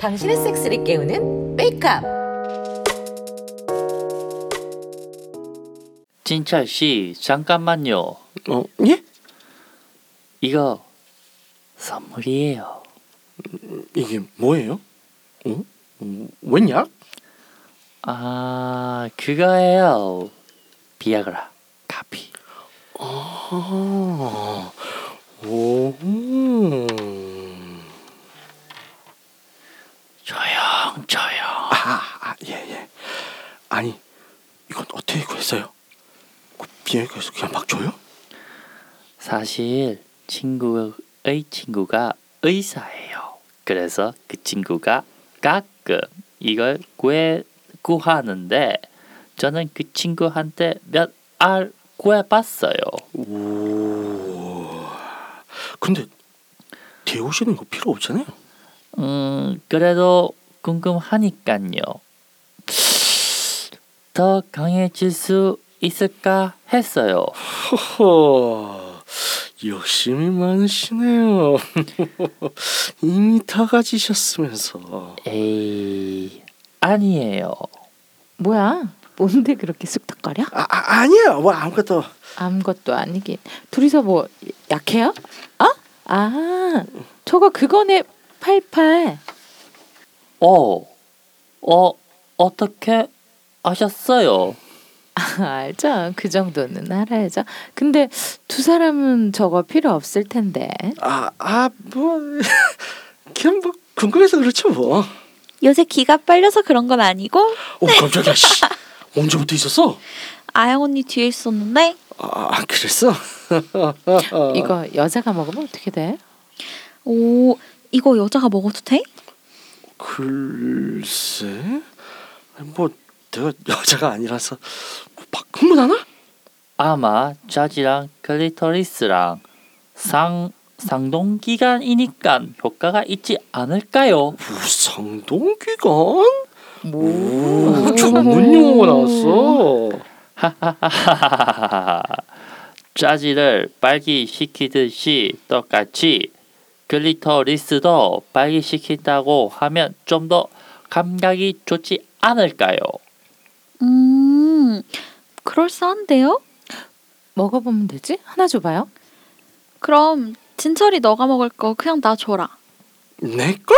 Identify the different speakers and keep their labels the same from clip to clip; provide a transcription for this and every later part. Speaker 1: 당신의 섹스를 깨우는 메이크업.
Speaker 2: 진철 씨 잠깐만요.
Speaker 3: 어, 예?
Speaker 2: 이거 선물이에요.
Speaker 3: 이게 뭐예요? 어? 웬냐?
Speaker 2: 아 그거예요. 비아그라 카피.
Speaker 3: 아, 오, 음.
Speaker 2: 조용 조용.
Speaker 3: 아, 아, 예, 예. 아니, 이건 어떻게 구했어요? 그 비행기에서 그냥 막 줘요?
Speaker 2: 사실 친구의 친구가 의사예요. 그래서 그 친구가 가끔 이걸 구해 구하는데 저는 그 친구한테 몇 알 구해봤어요.
Speaker 3: 오. 근데 데우시는 거 필요 없잖아요.
Speaker 2: 음 그래도 궁금하니깐요. 더 강해질 수 있을까 했어요.
Speaker 3: 허 욕심이 많으시네요. 이미 다 가지셨으면서.
Speaker 2: 에이 아니에요.
Speaker 4: 뭐야? 뭔데 그렇게 쑥덕거려?
Speaker 3: 아, 아 아니야. 뭐 아무것도.
Speaker 4: 아무것도 아니긴. 둘이서 뭐 약해요? 어? 아, 저거 그거네 팔팔.
Speaker 2: 어, 어 어떻게 아셨어요?
Speaker 4: 아, 알죠? 그 정도는 알아야죠. 근데 두 사람은 저거 필요 없을 텐데.
Speaker 3: 아, 아, 뭐 그냥 뭐 궁금해서 그렇죠 뭐.
Speaker 5: 요새 기가 빨려서 그런 건 아니고
Speaker 3: 오 깜짝이야. 씨. 언제부터 있었어?
Speaker 5: 아영 언니 뒤에 있었는데
Speaker 3: 아, 그랬어?
Speaker 4: 이거 여자가 먹으면 어떻게 돼?
Speaker 5: 오 이거 여자가 먹어도 돼?
Speaker 3: 글쎄. 뭐 내가 여자가 아니라서 뭐 바꾸면
Speaker 2: 아마 자지랑 클리토리스랑 상 상동 기간이니까 효과가 있지 않을까요?
Speaker 3: 하나? 성동기관?
Speaker 4: 뭐?
Speaker 3: 오, 전문 용어 나왔어.
Speaker 2: 하하하하하하하. 자지를 발기시키듯이 똑같이 클리토리스도 발기시킨다고 하면 좀 더 감각이 좋지 않을까요?
Speaker 5: 음 그럴싸한데요?
Speaker 4: 먹어보면 되지? 하나 줘봐요.
Speaker 5: 그럼 진철이 너가 먹을 거 그냥 나 줘라
Speaker 3: 내 걸?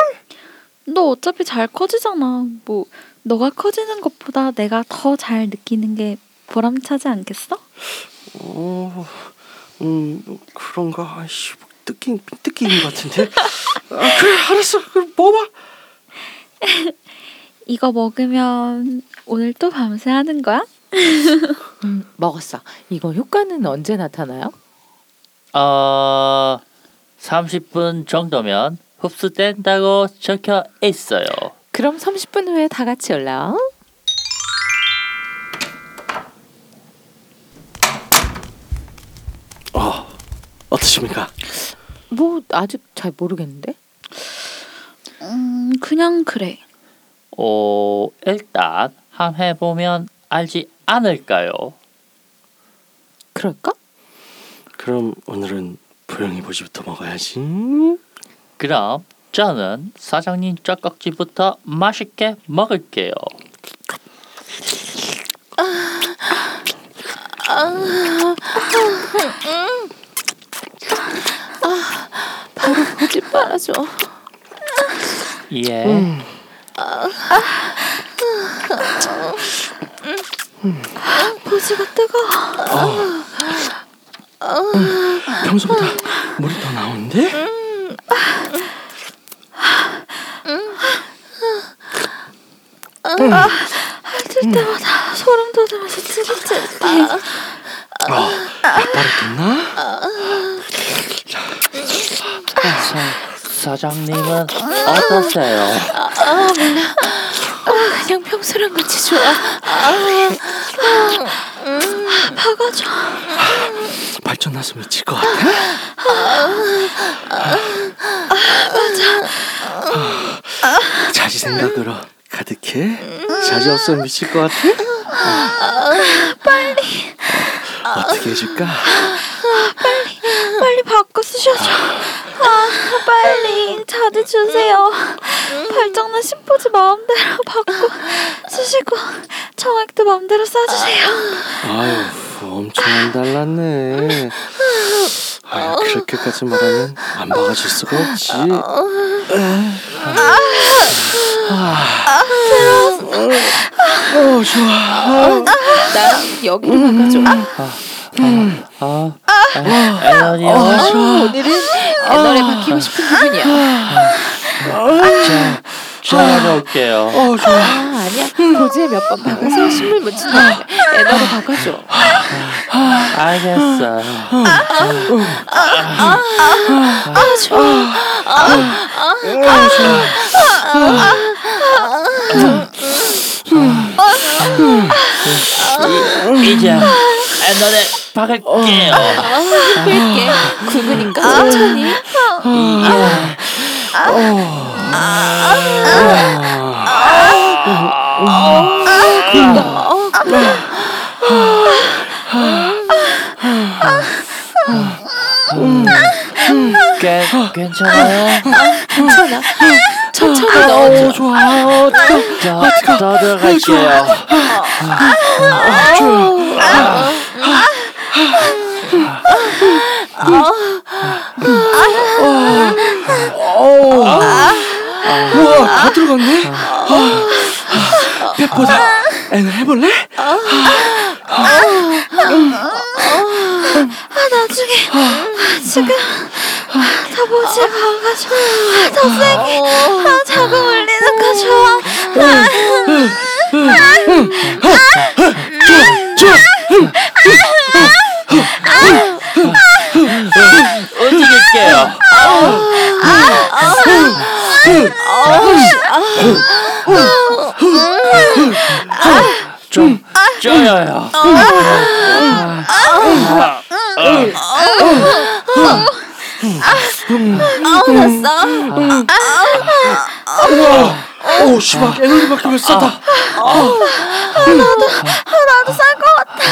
Speaker 5: 너 어차피 잘 커지잖아 뭐 너가 커지는 것보다 내가 더 잘 느끼는 게 보람차지 않겠어?
Speaker 3: 어, 음, 뭐 그런가? 아이씨, 뭐 뜯긴 뜯긴 것 같은데. 아, 그래, 알았어. 그럼 먹어봐.
Speaker 5: 이거 먹으면 오늘 또 밤새 하는 거야?
Speaker 4: 음, 먹었어. 이거 효과는 언제 나타나요?
Speaker 2: 어, 30분 정도면 흡수된다고 적혀 있어요.
Speaker 4: 그럼 30분 후에 다 같이 올라와.
Speaker 3: 어, 어떠십니까?
Speaker 4: 뭐 아직 잘 모르겠는데.
Speaker 5: 음 그냥 그래
Speaker 2: 어, 일단 한 해보면 알지 않을까요?
Speaker 4: 그럴까?
Speaker 3: 그럼 오늘은 부영이 보지부터 먹어야지.
Speaker 2: 그럼 저는 사장님 젓꼭지부터 맛있게 먹을게요.
Speaker 4: 바로 보지 말아줘.
Speaker 2: 예.
Speaker 5: 보지가 뜨거워
Speaker 3: 평소보다 물이 더 나오는데?
Speaker 5: 할 아, 때마다 소름 돋으면서 찌릿찌릿해
Speaker 3: 어, 아빠를
Speaker 2: 사, 장님은 어떠세요?
Speaker 4: 그냥 평소랑 같이 좋아.
Speaker 3: 듣나? 발전나서 미칠 것 같아? 맞아. 자기 생각으로 가득해? 자지 없어 미칠 것 같아? 빨리. 어떻게 해줄까?
Speaker 5: 빨리 바꿔 쓰셔서 다들 주세요. 발정난 심포지 마음대로 받고 쓰시고 청액도 마음대로 써주세요.
Speaker 3: 아유, 엄청 안 달랐네. 아, 그렇게까지 말하면 안 박아줄 수가 없지. 어,
Speaker 4: 나 여기로 가가지고
Speaker 2: 아, 에너지요.
Speaker 4: 오늘은 애널에 바뀌고 싶은 기분이야.
Speaker 2: 자, 찾아올게요.
Speaker 3: 어, 좋아.
Speaker 4: 아 아니야 고지에 몇 번 박아서 신물 묻힌 다음에 애널로 바꿔줘.
Speaker 2: 알겠어. 이제 에너를 박을게요.
Speaker 4: 뺄게 굵으니까 천천히.
Speaker 2: 괜 괜찮아요?
Speaker 4: 괜찮아. 천천히 넣어줘.
Speaker 3: 어, 좋아. 어,
Speaker 2: 더, 더 들어갈게요.
Speaker 3: 우와, 다 들어갔네. 아, 아, 페퍼다. 애는 해볼래?
Speaker 5: 아 나중에 지금 다 보지 마가지고 더 세게 아, 자고 울리는 거 좋아.
Speaker 3: 좋아.
Speaker 2: 움직일게요. 좀 쪼여요.
Speaker 3: 우와. 오, 씨발. 에너지 바뀌면 싸다. 아, 나도, 나도 쌀것 같아.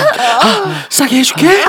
Speaker 3: 싸게 해줄게. 아.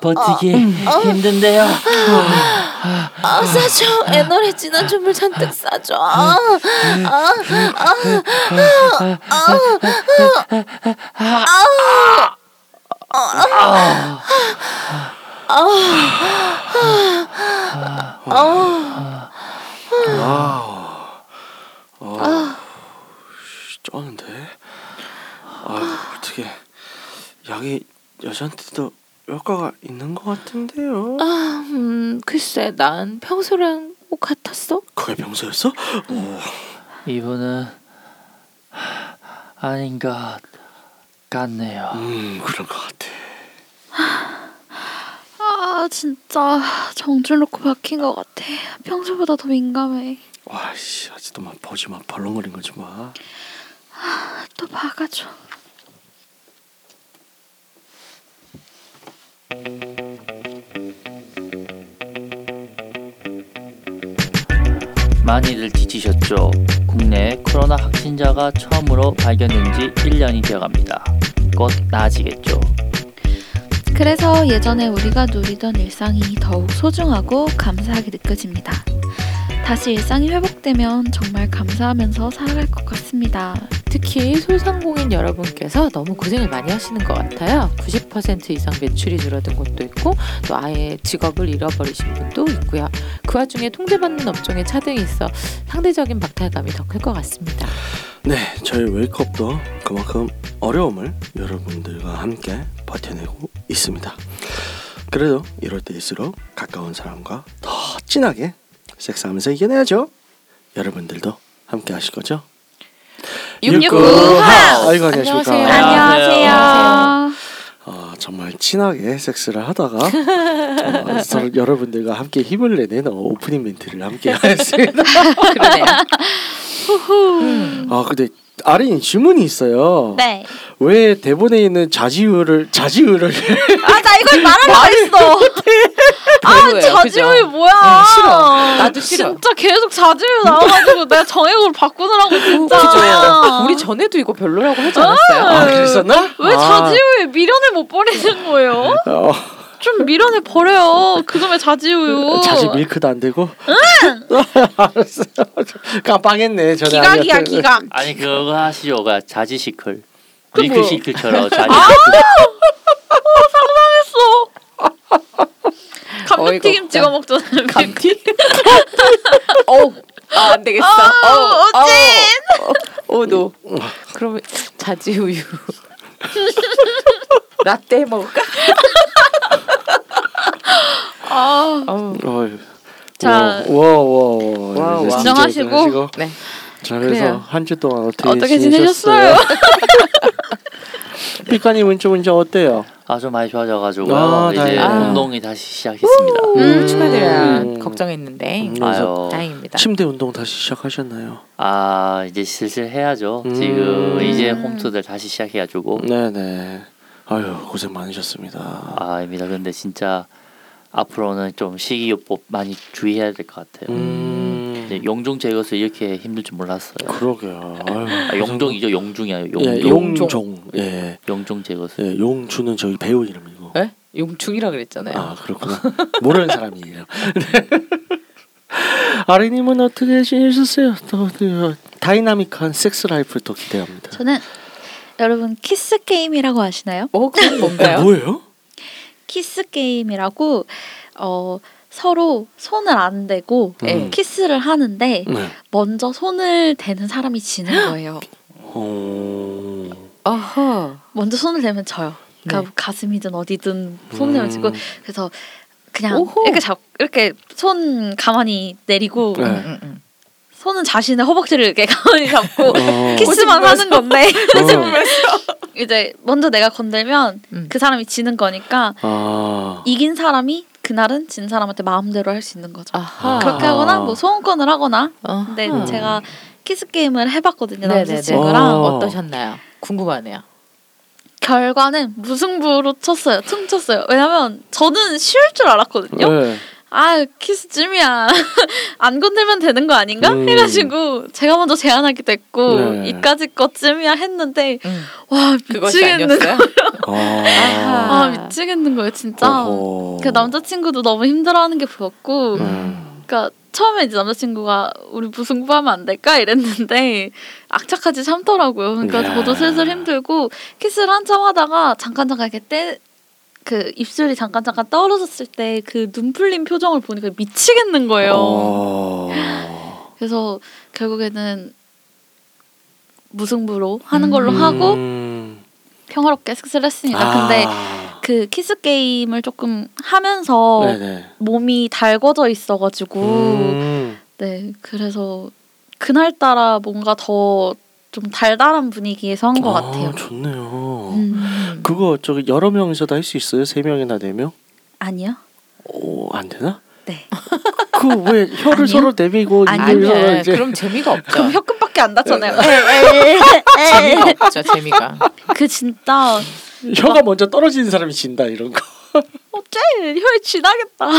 Speaker 2: 버티기 힘든데요.
Speaker 1: 아, 싸줘. 애널에 진한 춤을 잔뜩 싸줘. 아,
Speaker 3: 아, 어, 쩌는데? 아 어떻게 약이 여자한테도 효과가 있는 것 같은데요?
Speaker 4: 아, 음, 글쎄, 난 평소랑 뭐 같았어?
Speaker 3: 그게 병소였어? 오,
Speaker 2: 이분은 아닌 것 같네요.
Speaker 3: 음 그런 것 같아.
Speaker 5: 아 진짜 정줄 놓고 박힌 것 같아. 평소보다 더 민감해.
Speaker 3: 와씨 아직도 막 보지 마 벌렁거린 거지 뭐. 마.
Speaker 5: 또 박아줘.
Speaker 2: 많이들 지치셨죠? 국내 코로나 확진자가 처음으로 발견된 지 1년이 되어갑니다. 곧 나아지겠죠.
Speaker 5: 그래서 예전에 우리가 누리던 일상이 더욱 소중하고 감사하게 느껴집니다. 다시 일상이 회복되면 정말 감사하면서 살아갈 것 같습니다.
Speaker 4: 특히 소상공인 여러분께서 너무 고생을 많이 하시는 것 같아요. 90% 이상 매출이 줄어든 곳도 있고 또 아예 직업을 잃어버리신 분도 있고요. 그 와중에 통제받는 업종의 차등이 있어 상대적인 박탈감이 더 클 것 같습니다.
Speaker 3: 네 저희 웨이크업도 그만큼 어려움을 여러분들과 함께 버텨내고 있습니다. 그래도 이럴 때일수록 가까운 사람과 더 진하게 섹스하면서 이겨내야죠. 여러분들도 함께 하실 거죠? 육구 하우스. 아이고, 안녕하십니까.
Speaker 4: 안녕하세요.
Speaker 2: 안녕하세요.
Speaker 5: 안녕하세요.
Speaker 3: 어, 정말 친하게 섹스를 하다가 어, 서로 여러분들과 함께 힘을 내는 어, 오프닝 멘트를 함께 하였습니다.
Speaker 4: 그러네요.
Speaker 3: 아 근데 아린 질문이 있어요.
Speaker 1: 네.
Speaker 3: 왜 대본에 있는 자지우를 자지우를
Speaker 1: 아 나 이걸 말하려고 했어. 아
Speaker 4: 별로예요, 그죠?
Speaker 1: 자지우이 뭐야?
Speaker 4: 응, 싫어. 나도 싫어.
Speaker 1: 진짜 계속 자지우 나와가지고 내가 정액으로 바꾸느라고 진짜.
Speaker 4: 그죠? 그 우리 전에도 이거 별로라고 하지 않았어요?
Speaker 3: 아 그랬었나?
Speaker 1: 왜
Speaker 3: 아.
Speaker 1: 자지우의 미련을 못 버리는 거예요?
Speaker 3: 어,
Speaker 1: 좀 미련을 버려요. 그놈의 자지우요.
Speaker 3: 자지 밀크도 안 되고. 알았어. 깜빡했네 전에.
Speaker 1: 기각이야
Speaker 3: 아니었던-
Speaker 1: 기각.
Speaker 2: 아니 그거 하시오가 자지시클
Speaker 1: 그 뭐야?
Speaker 4: 아!
Speaker 2: 밀크시클처럼 자지
Speaker 1: 했어.
Speaker 4: 어이가
Speaker 1: 감자튀김
Speaker 4: 없다.
Speaker 1: 찍어 먹잖아요.
Speaker 4: 감튀? 어, 아, 안 되겠어.
Speaker 1: 어,
Speaker 4: 어, 어, 어, 너. 그러면 자지 우유. 라떼 해 먹을까?
Speaker 1: 아,
Speaker 4: 어.
Speaker 3: 어휴.
Speaker 1: 자.
Speaker 3: 와와와
Speaker 4: 와, 와.
Speaker 1: 진정하시고.
Speaker 4: 네.
Speaker 3: 자 그래서
Speaker 4: 그래요.
Speaker 3: 한 주 동안 어떻게,
Speaker 1: 어떻게
Speaker 3: 지내셨어요? 피카님은 좀 이제 어때요?
Speaker 2: 아주 많이 좋아져가지고
Speaker 3: 아,
Speaker 2: 이제
Speaker 3: 다행이다.
Speaker 2: 운동이 다시 시작했습니다.
Speaker 4: 음, 축하드려요.
Speaker 3: 음.
Speaker 4: 걱정했는데.
Speaker 3: 음.
Speaker 2: 아유,
Speaker 4: 다행입니다.
Speaker 3: 침대 운동 다시 시작하셨나요?
Speaker 2: 아 이제 슬슬 해야죠.
Speaker 3: 음.
Speaker 2: 지금 이제 홈투들 다시 시작해가지고
Speaker 3: 네네. 아유 고생 많으셨습니다.
Speaker 2: 아입니다. 근데 진짜 앞으로는 좀 식이요법 많이 주의해야 될 것 같아요.
Speaker 3: 음.
Speaker 4: 네,
Speaker 2: 이제 용종 제거서 이렇게 힘들 줄 몰랐어요.
Speaker 3: 그러게요. 아유,
Speaker 2: 아, 용종이죠, 용중이야.
Speaker 3: 예,
Speaker 2: 용종,
Speaker 3: 용종. 예,
Speaker 2: 용종 제거서.
Speaker 3: 예, 용주는 저희 배우 이름이고.
Speaker 4: 에? 용충이라 그랬잖아요.
Speaker 3: 아 그렇구나. 모르는 사람이에요. 네. 아리님은 어떻게 지내셨어요? 또, 또 다이나믹한 섹스 라이프를 또 기대합니다.
Speaker 5: 저는 여러분 키스 게임이라고 아시나요?
Speaker 4: 어, 그건
Speaker 3: 어,
Speaker 4: 뭔가요?
Speaker 3: 뭐예요?
Speaker 5: 키스 게임이라고 어, 서로 손을 안 대고
Speaker 4: 네.
Speaker 5: 키스를 하는데
Speaker 3: 네.
Speaker 5: 먼저 손을 대는 사람이 지는 거예요.
Speaker 3: 어...
Speaker 4: 어허.
Speaker 5: 먼저 손을 대면 져요. 그러니까 가슴이든 어디든
Speaker 3: 음.
Speaker 5: 손을 대면 지고 그래서 그냥
Speaker 4: 오호.
Speaker 5: 이렇게 잡 이렇게 손 가만히 내리고
Speaker 3: 네.
Speaker 4: 응, 응, 응.
Speaker 5: 손은 자신의 허벅지를 이렇게 가만히 잡고
Speaker 3: 어.
Speaker 5: 키스만 하는 건데
Speaker 3: 어.
Speaker 5: 네. 이제 먼저 내가 건들면
Speaker 4: 음.
Speaker 5: 그 사람이 지는 거니까
Speaker 3: 아.
Speaker 5: 이긴 사람이 그날은 진 사람한테 마음대로 할 수 있는 거죠.
Speaker 4: 아하. 네,
Speaker 5: 그렇게 하거나 뭐 소원권을 하거나
Speaker 4: 아하.
Speaker 5: 근데 제가 키스 게임을 해봤거든요
Speaker 4: 네네네.
Speaker 5: 남자친구랑
Speaker 3: 어.
Speaker 4: 어떠셨나요? 궁금하네요.
Speaker 5: 결과는 무승부로 쳤어요 퉁쳤어요 왜냐면 저는 쉬울 줄 알았거든요
Speaker 3: 네.
Speaker 5: 아 키스 쯤이야 안 건들면 되는 거 아닌가
Speaker 3: 음.
Speaker 5: 해가지고 제가 먼저 제안하기도 했고
Speaker 3: 네.
Speaker 5: 이까지 거 쯤이야 했는데
Speaker 4: 음.
Speaker 5: 와
Speaker 4: 그것이
Speaker 5: 미치겠는
Speaker 4: 아니었어요?
Speaker 3: 아.
Speaker 5: 아 미치겠는 거예요 진짜
Speaker 3: 어허.
Speaker 5: 그 남자친구도 너무 힘들어하는 게 보였고
Speaker 3: 음.
Speaker 5: 그러니까 처음에 이제 남자친구가 우리 무승부하면 안 될까 이랬는데 악착같이 참더라고요. 그러니까
Speaker 3: 야.
Speaker 5: 저도 슬슬 힘들고 키스를 한참 하다가 잠깐 잠깐 이렇게 떼. 그 입술이 잠깐 잠깐 떨어졌을 때 그 눈풀린 표정을 보니까 미치겠는 거예요. 음.
Speaker 3: 어.
Speaker 5: 그래서 결국에는 무승부로 하는 걸로 하고
Speaker 3: 음.
Speaker 5: 평화롭게 섹스를 했으니까 근데
Speaker 3: 아.
Speaker 5: 그 키스 게임을 조금 하면서
Speaker 3: 네네.
Speaker 5: 몸이 달궈져 있어가지고
Speaker 3: 음.
Speaker 5: 네, 그래서 그날따라 뭔가 더 좀 달달한 분위기에서 한 것
Speaker 3: 아,
Speaker 5: 같아요.
Speaker 3: 좋네요.
Speaker 5: 음,
Speaker 3: 그거 저기 여러 명이서도 할 수 있어요? 세 명이나 네 명?
Speaker 5: 아니요?
Speaker 3: 오, 안 되나?
Speaker 5: 네.
Speaker 3: 그 왜 혀를
Speaker 5: 아니요?
Speaker 3: 서로 내밀고
Speaker 5: 아니요. 네,
Speaker 3: 이러면
Speaker 4: 아니야.
Speaker 3: 이제
Speaker 4: 네, 그럼 네. 재미가 없죠.
Speaker 5: 그럼 혀끝밖에 안 닿잖아요.
Speaker 4: 재미가 없죠. 재미가.
Speaker 5: 그 진짜
Speaker 3: 혀가 먼저 떨어지는 사람이 진다 이런 거.
Speaker 5: 어째 혀에 지나겠다.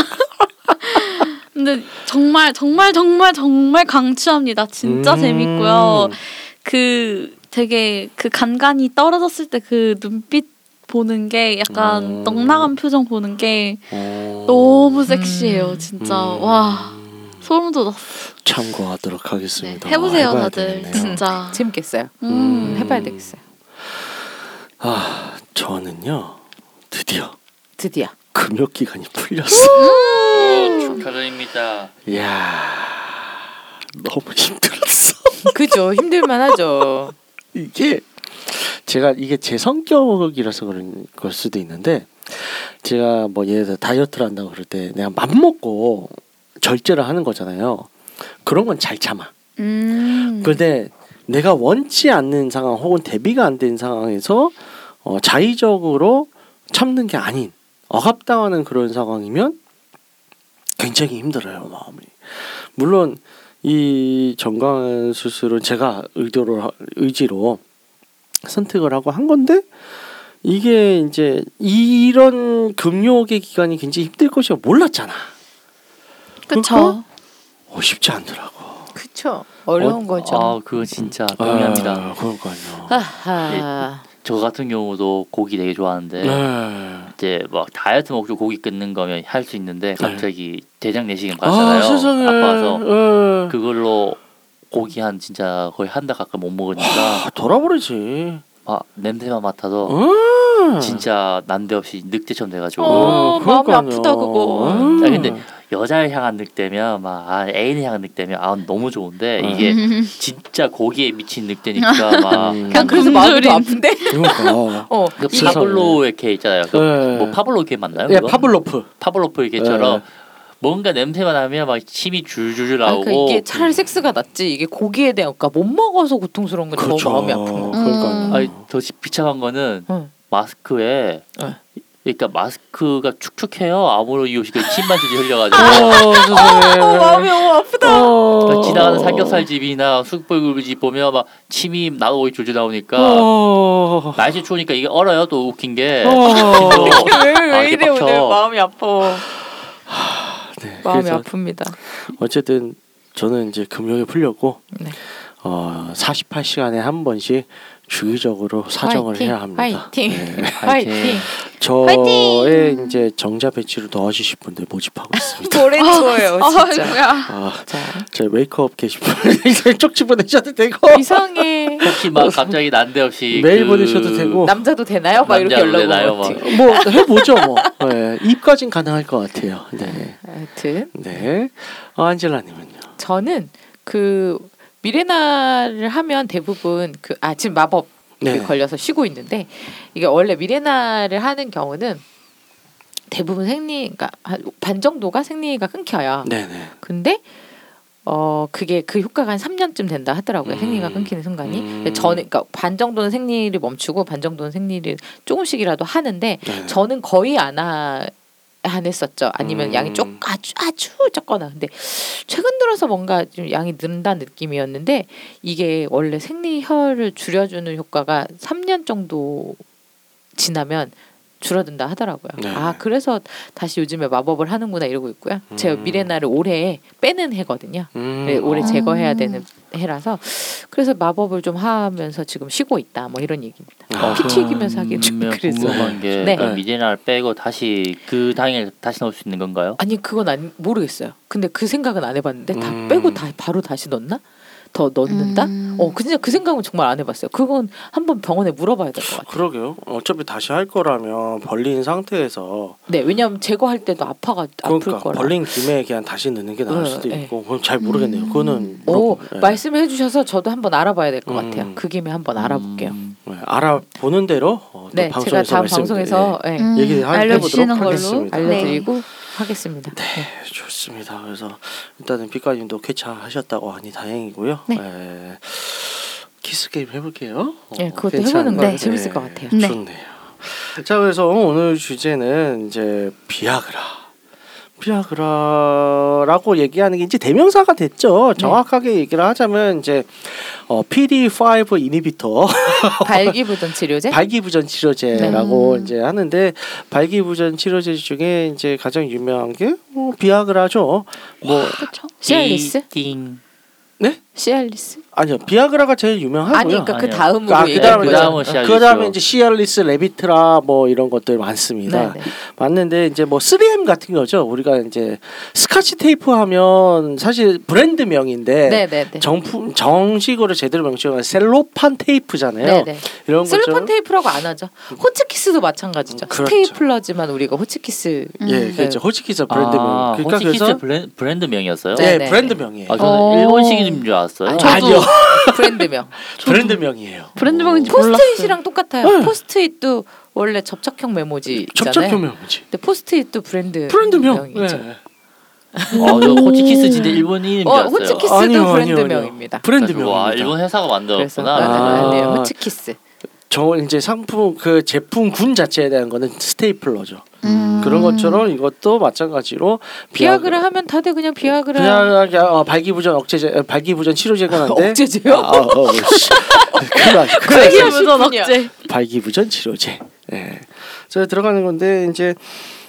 Speaker 5: 근데 정말 정말 정말 정말 강추합니다. 진짜
Speaker 3: 음.
Speaker 5: 재밌고요. 그 되게 그 간간이 떨어졌을 때 그 눈빛 보는 게 약간
Speaker 3: 음.
Speaker 5: 넉넉한 표정 보는 게
Speaker 3: 어.
Speaker 5: 너무 섹시해요.
Speaker 4: 음.
Speaker 5: 진짜
Speaker 3: 음.
Speaker 5: 와 소름 돋았어.
Speaker 3: 참고하도록
Speaker 5: 네,
Speaker 3: 하겠습니다.
Speaker 5: 해보세요
Speaker 3: 해봐야
Speaker 5: 다들
Speaker 3: 되겠네요.
Speaker 5: 진짜.
Speaker 4: 재밌겠어요.
Speaker 5: 음.
Speaker 4: 음, 해봐야 되겠어요.
Speaker 3: 아, 저는요. 드디어
Speaker 4: 드디어.
Speaker 3: 금욕 기간이 풀렸어요. 예.
Speaker 2: 축하드립니다.
Speaker 3: 이야. 너무 힘들었어.
Speaker 4: 그죠. 힘들만하죠.
Speaker 3: 이게 제가 이게 제 성격이라서 그런 걸 수도 있는데 제가 뭐 예를 들어 다이어트를 한다고 그럴 때 내가 맘 먹고 절제를 하는 거잖아요. 그런 건 잘 참아.
Speaker 5: 음.
Speaker 3: 근데 내가 원치 않는 상황 혹은 대비가 안 된 상황에서 어, 자의적으로 참는 게 아닌 억압당하는 그런 상황이면 굉장히 힘들어요 마음이. 물론 이 정관 수술은 제가 의도로 하- 의지로 선택을 하고 한 건데 이게 이제 이런 금욕의 기간이 굉장히 힘들 것이라 몰랐잖아.
Speaker 5: 그쵸?
Speaker 3: 어, 쉽지 않더라고.
Speaker 4: 그쵸. 어려운
Speaker 2: 어,
Speaker 4: 거죠.
Speaker 2: 아, 그거 진짜 동의합니다.
Speaker 3: 아, 그러니까요.
Speaker 4: 아하.
Speaker 2: 저 같은 경우도 고기 되게 좋아하는데
Speaker 3: 네.
Speaker 2: 이제 막 다이어트 목적 고기 끊는 거면 할 수 있는데 갑자기 대장 내시경
Speaker 3: 아, 세상에.
Speaker 2: 받잖아요. 아파서
Speaker 3: 예.
Speaker 2: 그걸로 고기 한 진짜 거의 한 달 가까이 못
Speaker 3: 아,
Speaker 2: 먹으니까
Speaker 3: 돌아버리지.
Speaker 2: 막 냄새만 맡아도
Speaker 3: 음.
Speaker 2: 어. 진짜 난데없이 늑대처럼 돼가지고
Speaker 4: 어, 마음이
Speaker 3: 그러니까요.
Speaker 4: 아프다, 그거.
Speaker 3: 음.
Speaker 2: 아 근데 여자를 향한 늑대면 막 아, 애인을 향한 늑대면 아 너무 좋은데
Speaker 3: 음.
Speaker 2: 이게 진짜 고기에 미친 늑대니까 막
Speaker 3: 음.
Speaker 4: 그냥 그래서 마음이 더
Speaker 5: 굶주림.
Speaker 4: 아픈데.
Speaker 3: 그러니까.
Speaker 4: 어.
Speaker 2: 그
Speaker 3: 이-
Speaker 2: 파블로의 개 있잖아요. 그
Speaker 3: 예.
Speaker 2: 뭐 파블로 개 맞나요?
Speaker 3: 예,
Speaker 2: 그거?
Speaker 3: 파블로프.
Speaker 2: 파블로프의 개처럼
Speaker 3: 네.
Speaker 2: 뭔가 냄새만 나면 막 침이 줄줄줄
Speaker 4: 아,
Speaker 2: 나오고
Speaker 4: 그러니까 이게 차라리 섹스가 낫지. 이게 고기에 대한 그러니까 못 먹어서 고통스러운 게 더
Speaker 3: 그렇죠.
Speaker 4: 마음이 아픈 거.
Speaker 5: 음.
Speaker 3: 그러니까요.
Speaker 2: 아니, 더 시- 비참한 거는
Speaker 4: 응.
Speaker 2: 마스크에
Speaker 4: 네.
Speaker 2: 그러니까 마스크가 축축해요. 아무런 이유 없이 그냥 침만 질질 흘려가지고
Speaker 3: 어, 세상에.
Speaker 4: 어, 마음이 너무 아프다.
Speaker 2: 그러니까
Speaker 3: 어.
Speaker 2: 지나가는 삼겹살 집이나 숯불굴집 보면 막 침이 나오고 줄줄 나오니까
Speaker 3: 어.
Speaker 2: 날씨 추우니까 이게 얼어요. 또 웃긴 게
Speaker 3: 어.
Speaker 2: 진짜
Speaker 4: 왜,
Speaker 2: 아,
Speaker 4: 왜
Speaker 2: 이게
Speaker 4: 이래
Speaker 2: 빡쳐.
Speaker 4: 오늘 마음이 아파.
Speaker 3: 네,
Speaker 4: 마음이
Speaker 3: 그래서
Speaker 4: 아픕니다.
Speaker 3: 어쨌든 저는 이제 금요일에 풀려고
Speaker 4: 네.
Speaker 3: 어, 48시간에 한 번씩 주기적으로 사정을
Speaker 4: 화이팅,
Speaker 3: 해야 합니다.
Speaker 4: 화이팅.
Speaker 3: 네.
Speaker 4: 화이팅.
Speaker 3: 저의 이제 정자 배치로 넣어주실 분들 모집하고 있습니다.
Speaker 4: 노래 좋아요 진짜.
Speaker 5: 아이고야.
Speaker 3: 아,
Speaker 4: 자,
Speaker 3: 제 메이크업 게시판 쪽지 보내셔도 되고
Speaker 4: 어, 이상해.
Speaker 2: 혹시 막 갑자기 난데없이
Speaker 3: 메일
Speaker 2: 그
Speaker 3: 보내셔도 되고.
Speaker 4: 남자도 되나요? 막 이렇게
Speaker 2: 남자로
Speaker 4: 연락
Speaker 2: 되나요?
Speaker 4: 오면 어떡해.
Speaker 3: 뭐 해보죠 뭐 네, 입까진 가능할 것 같아요. 네,
Speaker 4: 하여튼
Speaker 3: 네. 어, 안젤라님은요.
Speaker 4: 저는 그 미레나를 하면 대부분 그 아 지금 마법
Speaker 3: 네.
Speaker 4: 걸려서 쉬고 있는데 이게 원래 미레나를 하는 경우는 대부분 생리가 그러니까 한 반 정도가 생리가 끊겨요.
Speaker 3: 네네.
Speaker 4: 근데 어 그게 그 효과가 한 3년쯤 된다 하더라고요.
Speaker 3: 음.
Speaker 4: 생리가 끊기는 순간이.
Speaker 3: 음.
Speaker 4: 저는 그러니까 반 정도는 생리를 멈추고 반 정도는 생리를 조금씩이라도 하는데
Speaker 3: 네네.
Speaker 4: 저는 거의 안 하. 안 했었죠. 아니면
Speaker 3: 음.
Speaker 4: 양이 좀 아주 아주 적거나. 근데 최근 들어서 뭔가 좀 양이 는다는 느낌이었는데 이게 원래 생리혈을 줄여주는 효과가 3년 정도 지나면 줄어든다 하더라고요.
Speaker 3: 네.
Speaker 4: 아 그래서 다시 요즘에 마법을 하는구나 이러고 있고요. 제가
Speaker 3: 음.
Speaker 4: 미레나를 올해 빼는 해거든요.
Speaker 3: 음.
Speaker 4: 네, 올해
Speaker 2: 아.
Speaker 5: 음.
Speaker 4: 제거해야 되는 해라서 그래서 마법을 좀 하면서 지금 쉬고 있다. 뭐 이런 얘기입니다.
Speaker 3: 아,
Speaker 4: 피 튀기면서 하긴 좀
Speaker 2: 그러면
Speaker 4: 그래서.
Speaker 2: 음, 궁금한 게
Speaker 4: 네.
Speaker 2: 그럼 미제나를 빼고 다시 그 당일 다시 넣을 수 있는 건가요?
Speaker 4: 아니 그건 안 모르겠어요. 근데 그 생각은 안 해봤는데 다
Speaker 3: 음.
Speaker 4: 빼고 다 바로 다시 넣나? 더 넣는다?
Speaker 5: 음.
Speaker 4: 어, 그 진짜 그 생각은 정말 안 해봤어요. 그건 한번 병원에 물어봐야 될 것 같아요.
Speaker 3: 그러게요. 어차피 다시 할 거라면 벌린 상태에서
Speaker 4: 네, 왜냐면 제거할 때도 아파가 아플
Speaker 3: 그러니까
Speaker 4: 거라.
Speaker 3: 벌린 김에 그냥 다시 넣는 게 나을
Speaker 4: 네,
Speaker 3: 수도
Speaker 4: 네. 음.
Speaker 3: 있고 그건 잘 모르겠네요. 그거는
Speaker 4: 오
Speaker 3: 물어보- 네.
Speaker 4: 말씀해 을 주셔서 저도 한번 알아봐야 될 것
Speaker 3: 음.
Speaker 4: 같아요. 그 김에 한번 알아볼게요.
Speaker 2: 음,
Speaker 3: 네, 알아보는 대로 어, 또
Speaker 4: 네,
Speaker 3: 방송에서
Speaker 4: 제가 다음
Speaker 3: 말씀드리-
Speaker 4: 방송에서 예,
Speaker 5: 음,
Speaker 3: 얘기를 하-
Speaker 5: 알려주시는
Speaker 3: 해보도록
Speaker 5: 걸로 네.
Speaker 3: 하겠습니다.
Speaker 4: 알려드리고 하겠습니다.
Speaker 3: 네, 좋습니다. 그래서 일단은 빛가님도 쾌차하셨다고 하니 다행이고요.
Speaker 4: 네.
Speaker 3: 에, 키스 게임 해볼게요. 어,
Speaker 4: 예, 그것도
Speaker 3: 괜찮은데.
Speaker 4: 해보는
Speaker 5: 거
Speaker 3: 네.
Speaker 4: 재밌을 것 같아요.
Speaker 5: 네.
Speaker 3: 좋네요. 자, 그래서 오늘 주제는 이제 비아그라. 비아그라라고 얘기하는 게 이제 대명사가 됐죠.
Speaker 4: 네.
Speaker 3: 정확하게 얘기를 하자면 이제 어, PD5 이니비터
Speaker 4: 발기부전
Speaker 3: 아,
Speaker 4: 치료제.
Speaker 3: 발기부전 치료제라고
Speaker 4: 음.
Speaker 5: 네.
Speaker 3: 이제 하는데 발기부전 치료제 중에 이제 가장 유명한 게 어, 비아그라죠. 뭐
Speaker 5: 그쵸?
Speaker 4: 시알리스?
Speaker 2: 띵.
Speaker 4: 시알리스?
Speaker 3: 아니요 비아그라가 제일 유명하고요.
Speaker 4: 아니 그러니까 그
Speaker 2: 아니요.
Speaker 4: 다음으로
Speaker 3: 아,
Speaker 4: 얘기하는
Speaker 3: 그다음에
Speaker 4: 거죠.
Speaker 2: 그다음은 시알리스.
Speaker 3: 그 다음에 이제 시알리스, 레비트라 뭐 이런 것들 많습니다.
Speaker 4: 네, 네.
Speaker 3: 맞는데 이제 뭐 3M 같은 거죠. 우리가 이제 스카치 테이프 하면 사실 브랜드명인데
Speaker 4: 네, 네, 네.
Speaker 3: 정품 정식으로 제대로 명칭은 셀로판 테이프잖아요.
Speaker 4: 네, 네.
Speaker 3: 이런 거죠.
Speaker 4: 슬로폰 테이프라고 안 하죠. 호치키스도 마찬가지죠.
Speaker 3: 음, 그렇죠.
Speaker 4: 스테이플러지만 우리가 호치키스
Speaker 3: 예,
Speaker 5: 음.
Speaker 3: 그죠 호치키스 브랜드명.
Speaker 2: 아,
Speaker 3: 그러니까
Speaker 2: 호치키스
Speaker 3: 그래서
Speaker 2: 브랜, 브랜드명이었어요?
Speaker 4: 네.
Speaker 3: 예, 브랜드명이에요.
Speaker 2: 아, 저는
Speaker 5: 어.
Speaker 2: 일본식인 줄 알았어요.
Speaker 4: 아,
Speaker 3: 아니요.
Speaker 4: 저도 브랜드명.
Speaker 3: 브랜드명이에요.
Speaker 5: 브랜드명인지 몰랐어요.
Speaker 4: 포스트잇이랑 똑같아요.
Speaker 3: 네.
Speaker 4: 포스트잇도 원래 접착형 메모지잖아요.
Speaker 3: 접착표명이지.
Speaker 4: 근데 포스트잇도 브랜드
Speaker 3: 브랜드명.
Speaker 4: 명이죠.
Speaker 3: 예.
Speaker 2: 어, 저 호치키스 진짜 일본 이름인 줄
Speaker 4: 어,
Speaker 2: 알았어요.
Speaker 4: 호치키스도
Speaker 3: 아니요, 아니요, 아니요.
Speaker 4: 브랜드명입니다.
Speaker 3: 브랜드명입니다.
Speaker 2: 와, 일본 회사가
Speaker 4: 그래서
Speaker 2: 만들었구나.
Speaker 3: 아.
Speaker 4: 아, 네, 호치키스.
Speaker 3: 저 이제 상품 그 제품군 자체에 대한 거는 스테이플러죠.
Speaker 5: 음.
Speaker 3: 그런 것처럼 이것도 마찬가지로
Speaker 4: 비아그라 하면 다들 그냥 비아그라
Speaker 3: 비아그라 어, 발기부전 억제제 어, 발기부전 치료제가 난데
Speaker 4: 억제제요?
Speaker 3: 아, 어, 어, 씨. 큰일 날- 큰일 날 뻔했어.
Speaker 4: 무슨 억제?
Speaker 3: 발기부전 치료제. 예. 그래서 들어가는 건데 이제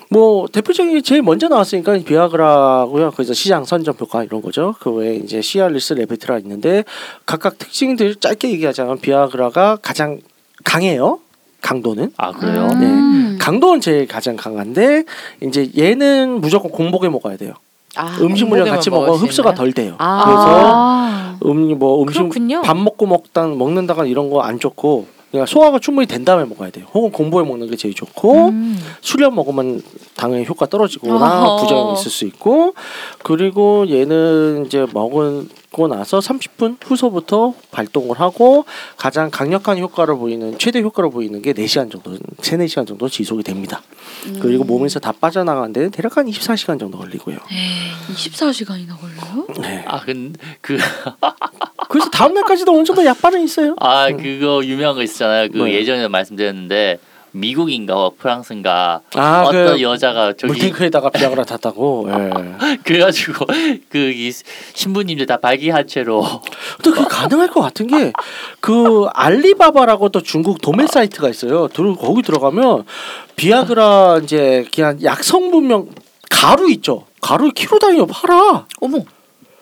Speaker 3: 뭐 대표적인 게 제일 먼저 나왔으니까 비아그라고요. 그래서 시장 선전 평가 이런 거죠. 그 외에 이제 시알리스, 레베트라 있는데 각각 특징들 짧게 얘기하자면 비아그라가 가장 강해요. 강도는
Speaker 2: 아 그래요?
Speaker 3: 네. 강도는 제일 가장 강한데 이제 얘는 무조건 공복에 먹어야 돼요.
Speaker 4: 아,
Speaker 3: 음식물이랑 같이
Speaker 4: 공복에만
Speaker 3: 먹으면
Speaker 4: 먹을 수
Speaker 3: 흡수가
Speaker 4: 있나요?
Speaker 3: 덜 돼요.
Speaker 4: 아.
Speaker 3: 그래서
Speaker 5: 아.
Speaker 3: 음, 뭐 음식
Speaker 4: 그렇군요.
Speaker 3: 밥 먹고 먹다 먹는다가 이런 거 안 좋고 그러니까 소화가 충분히 된 다음에 먹어야 돼요. 혹은 공복에 먹는 게 제일 좋고
Speaker 4: 음.
Speaker 3: 수련 먹으면 당연히 효과 떨어지거나
Speaker 5: 어허.
Speaker 3: 부작용이 있을 수 있고 그리고 얘는 이제 먹고 나서 30분 후서부터 발동을 하고 가장 강력한 효과를 보이는 최대 효과를 보이는 게 4시간 정도 3, 4시간 정도 지속이 됩니다. 그리고
Speaker 4: 음.
Speaker 3: 몸에서 다 빠져나가는 데는 대략 한 24시간 정도 걸리고요.
Speaker 5: 24시간이나 걸려요?
Speaker 3: 네.
Speaker 2: 아, 아그그아
Speaker 3: 그래서 다음 날까지도 어느 정도 약발은 있어요.
Speaker 2: 아, 그거 유명한 거 있잖아요. 그
Speaker 3: 뭐요?
Speaker 2: 예전에 말씀드렸는데 미국인가 뭐 프랑스인가
Speaker 3: 아,
Speaker 2: 어떤
Speaker 3: 그
Speaker 2: 여자가 저기
Speaker 3: 물탱크에다가 비아그라 탔다고. 예.
Speaker 2: 그래가지고 그 이 신부님들 다 발기한 채로
Speaker 3: 근데 그게 가능할 것 같은 게 그 알리바바라고 또 중국 도매 사이트가 있어요. 들어 거기 들어가면 비아그라 이제 그냥 약 성분명 가루 있죠. 가루 키로 단위로 팔아.
Speaker 4: 어머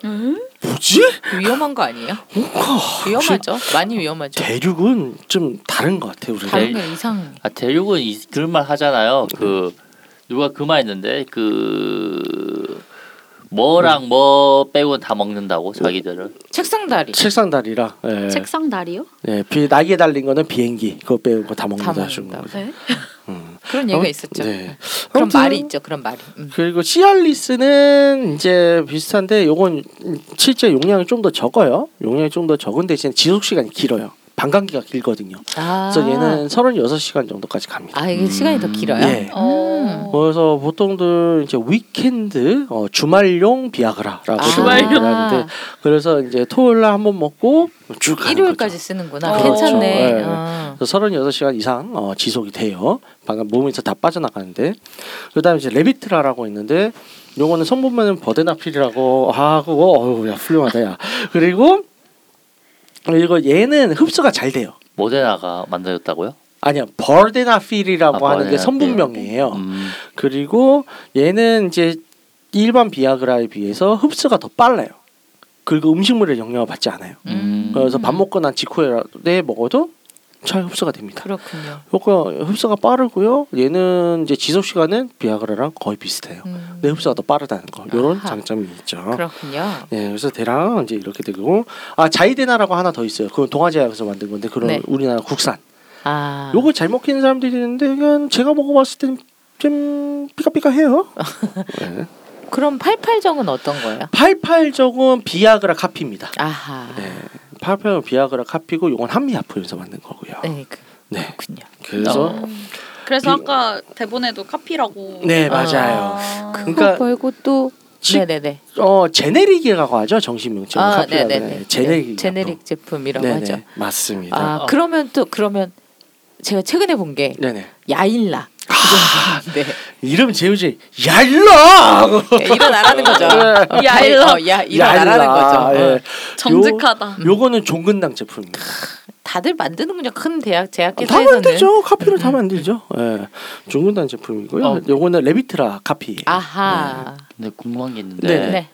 Speaker 4: 그
Speaker 5: 음?
Speaker 3: 뭐지?
Speaker 4: 위험한 거 아니에요?
Speaker 3: 뭔가
Speaker 4: 위험하죠. 많이 위험하죠.
Speaker 3: 대륙은 좀 다른 것 같아요. 우리가.
Speaker 4: 다른 게 이상.
Speaker 2: 아 대륙은 이, 그런 말 하잖아요.
Speaker 3: 네.
Speaker 2: 그 누가 그 말 했는데 그 뭐랑 뭐 빼고는 다 먹는다고
Speaker 3: 네.
Speaker 2: 자기들은.
Speaker 4: 책상 다리.
Speaker 3: 책상 다리라. 예.
Speaker 5: 책상 다리요?
Speaker 3: 예. 비 날개 달린 거는 비행기. 그거 빼고 다 먹는다
Speaker 4: 먹는다.
Speaker 3: 주는 거죠.
Speaker 5: 네.
Speaker 4: 그런 얘기가
Speaker 3: 아무-
Speaker 4: 있었죠.
Speaker 3: 네.
Speaker 4: 그런
Speaker 3: 아무튼
Speaker 4: 말이 있죠. 그런 말이. 음.
Speaker 3: 그리고 시알리스는 이제 비슷한데 요건 실제 용량이 좀 더 적어요. 용량이 좀 더 적은 대신 지속 시간이 길어요. 방광기가 길거든요.
Speaker 4: 아.
Speaker 3: 그래서 얘는 36시간 정도까지 갑니다.
Speaker 4: 아 이게 시간이 더 길어요. 음.
Speaker 3: 예. 그래서 보통들 이제 위켄드 어, 주말용 비아그라라고
Speaker 4: 아.
Speaker 3: 얘기를 하는데 그래서 이제 토요일 날 한 번 먹고 쭉 가는
Speaker 4: 일요일까지
Speaker 3: 거죠.
Speaker 4: 쓰는구나.
Speaker 5: 그렇죠.
Speaker 4: 괜찮네.
Speaker 3: 예.
Speaker 4: 어.
Speaker 3: 그래서 36시간 이상 어, 지속이 돼요. 방금 몸에서 다 빠져나가는데 그다음에 이제 레비트라라고 있는데 요거는 성분만은 버데나필이라고 아 그거 어우 야 훌륭하다 야. 그리고 이거 얘는 흡수가 잘 돼요.
Speaker 2: 모데나가 만들었다고요?
Speaker 3: 아니요 버데나필이라고
Speaker 2: 아,
Speaker 3: 하는 게
Speaker 2: 버데나필.
Speaker 3: 성분명이에요.
Speaker 2: 음.
Speaker 3: 그리고 얘는 이제 일반 비아그라에 비해서 흡수가 더 빨라요. 그리고 음식물에 영향을 받지 않아요.
Speaker 4: 음.
Speaker 3: 그래서 밥 먹고 난 직후에 내 먹어도 잘 흡수가 됩니다.
Speaker 4: 그렇군요.
Speaker 3: 효과 흡수가 빠르고요. 얘는 이제 지속 시간은 비아그라랑 거의 비슷해요.
Speaker 4: 음.
Speaker 3: 근데 흡수가 더 빠르다는 거. 이런
Speaker 4: 아하.
Speaker 3: 장점이 있죠.
Speaker 4: 그렇군요.
Speaker 3: 예, 그래서 대략 이제 이렇게 되고 아 자이데나라고 하나 더 있어요. 그건 동아제약에서 만든 건데 그런
Speaker 4: 네.
Speaker 3: 우리나라 국산.
Speaker 4: 아.
Speaker 3: 요거 잘 먹히는 사람들이 있는데 그냥 제가 먹어봤을 땐좀 삐까삐까해요.
Speaker 4: 아.
Speaker 3: 예.
Speaker 4: 그럼 팔팔정은 어떤 거예요?
Speaker 3: 팔팔적은 비아그라 카피입니다.
Speaker 4: 아하.
Speaker 3: 네, 팔팔은 비아그라 카피고 이건 한미아프에서 만든 거고요.
Speaker 4: 네, 어. 그-
Speaker 3: 네,
Speaker 4: 그렇군요.
Speaker 3: 그래서
Speaker 6: 그래서
Speaker 3: 비-
Speaker 6: 아까 대본에도 카피라고.
Speaker 3: 네 맞아요.
Speaker 6: 아.
Speaker 4: 그거
Speaker 3: 그러니까
Speaker 4: 말고 또
Speaker 3: 지-
Speaker 4: 네네네.
Speaker 3: 어 제네릭이라고 하죠 정식 명칭
Speaker 4: 아,
Speaker 3: 카피라는
Speaker 4: 네네네.
Speaker 3: 제네릭
Speaker 4: 네, 제네릭 제품이라고 하죠.
Speaker 3: 맞습니다.
Speaker 4: 아 그러면 또 그러면 제가 최근에 본 게
Speaker 3: 네네 아,
Speaker 4: 야일라. 네.
Speaker 3: 이름 재우지 얄라
Speaker 4: 일어나라는 거죠.
Speaker 3: 네.
Speaker 4: 야일라. 어, 야 일어나라는 거죠.
Speaker 3: 예.
Speaker 4: 어.
Speaker 6: 정직하다.
Speaker 3: 요, 요거는 종근당 제품입니다.
Speaker 4: 다들 만드는군요. 큰 대학
Speaker 3: 다
Speaker 4: 제약회사에서는.
Speaker 3: 만들죠 카피를
Speaker 4: 음,
Speaker 3: 다 만들죠. 예, 종근당 제품이고요.
Speaker 2: 어.
Speaker 3: 요거는 레비트라 카피.
Speaker 4: 아하.
Speaker 2: 근데 궁금한 게 있는데
Speaker 3: 네네.
Speaker 4: 네.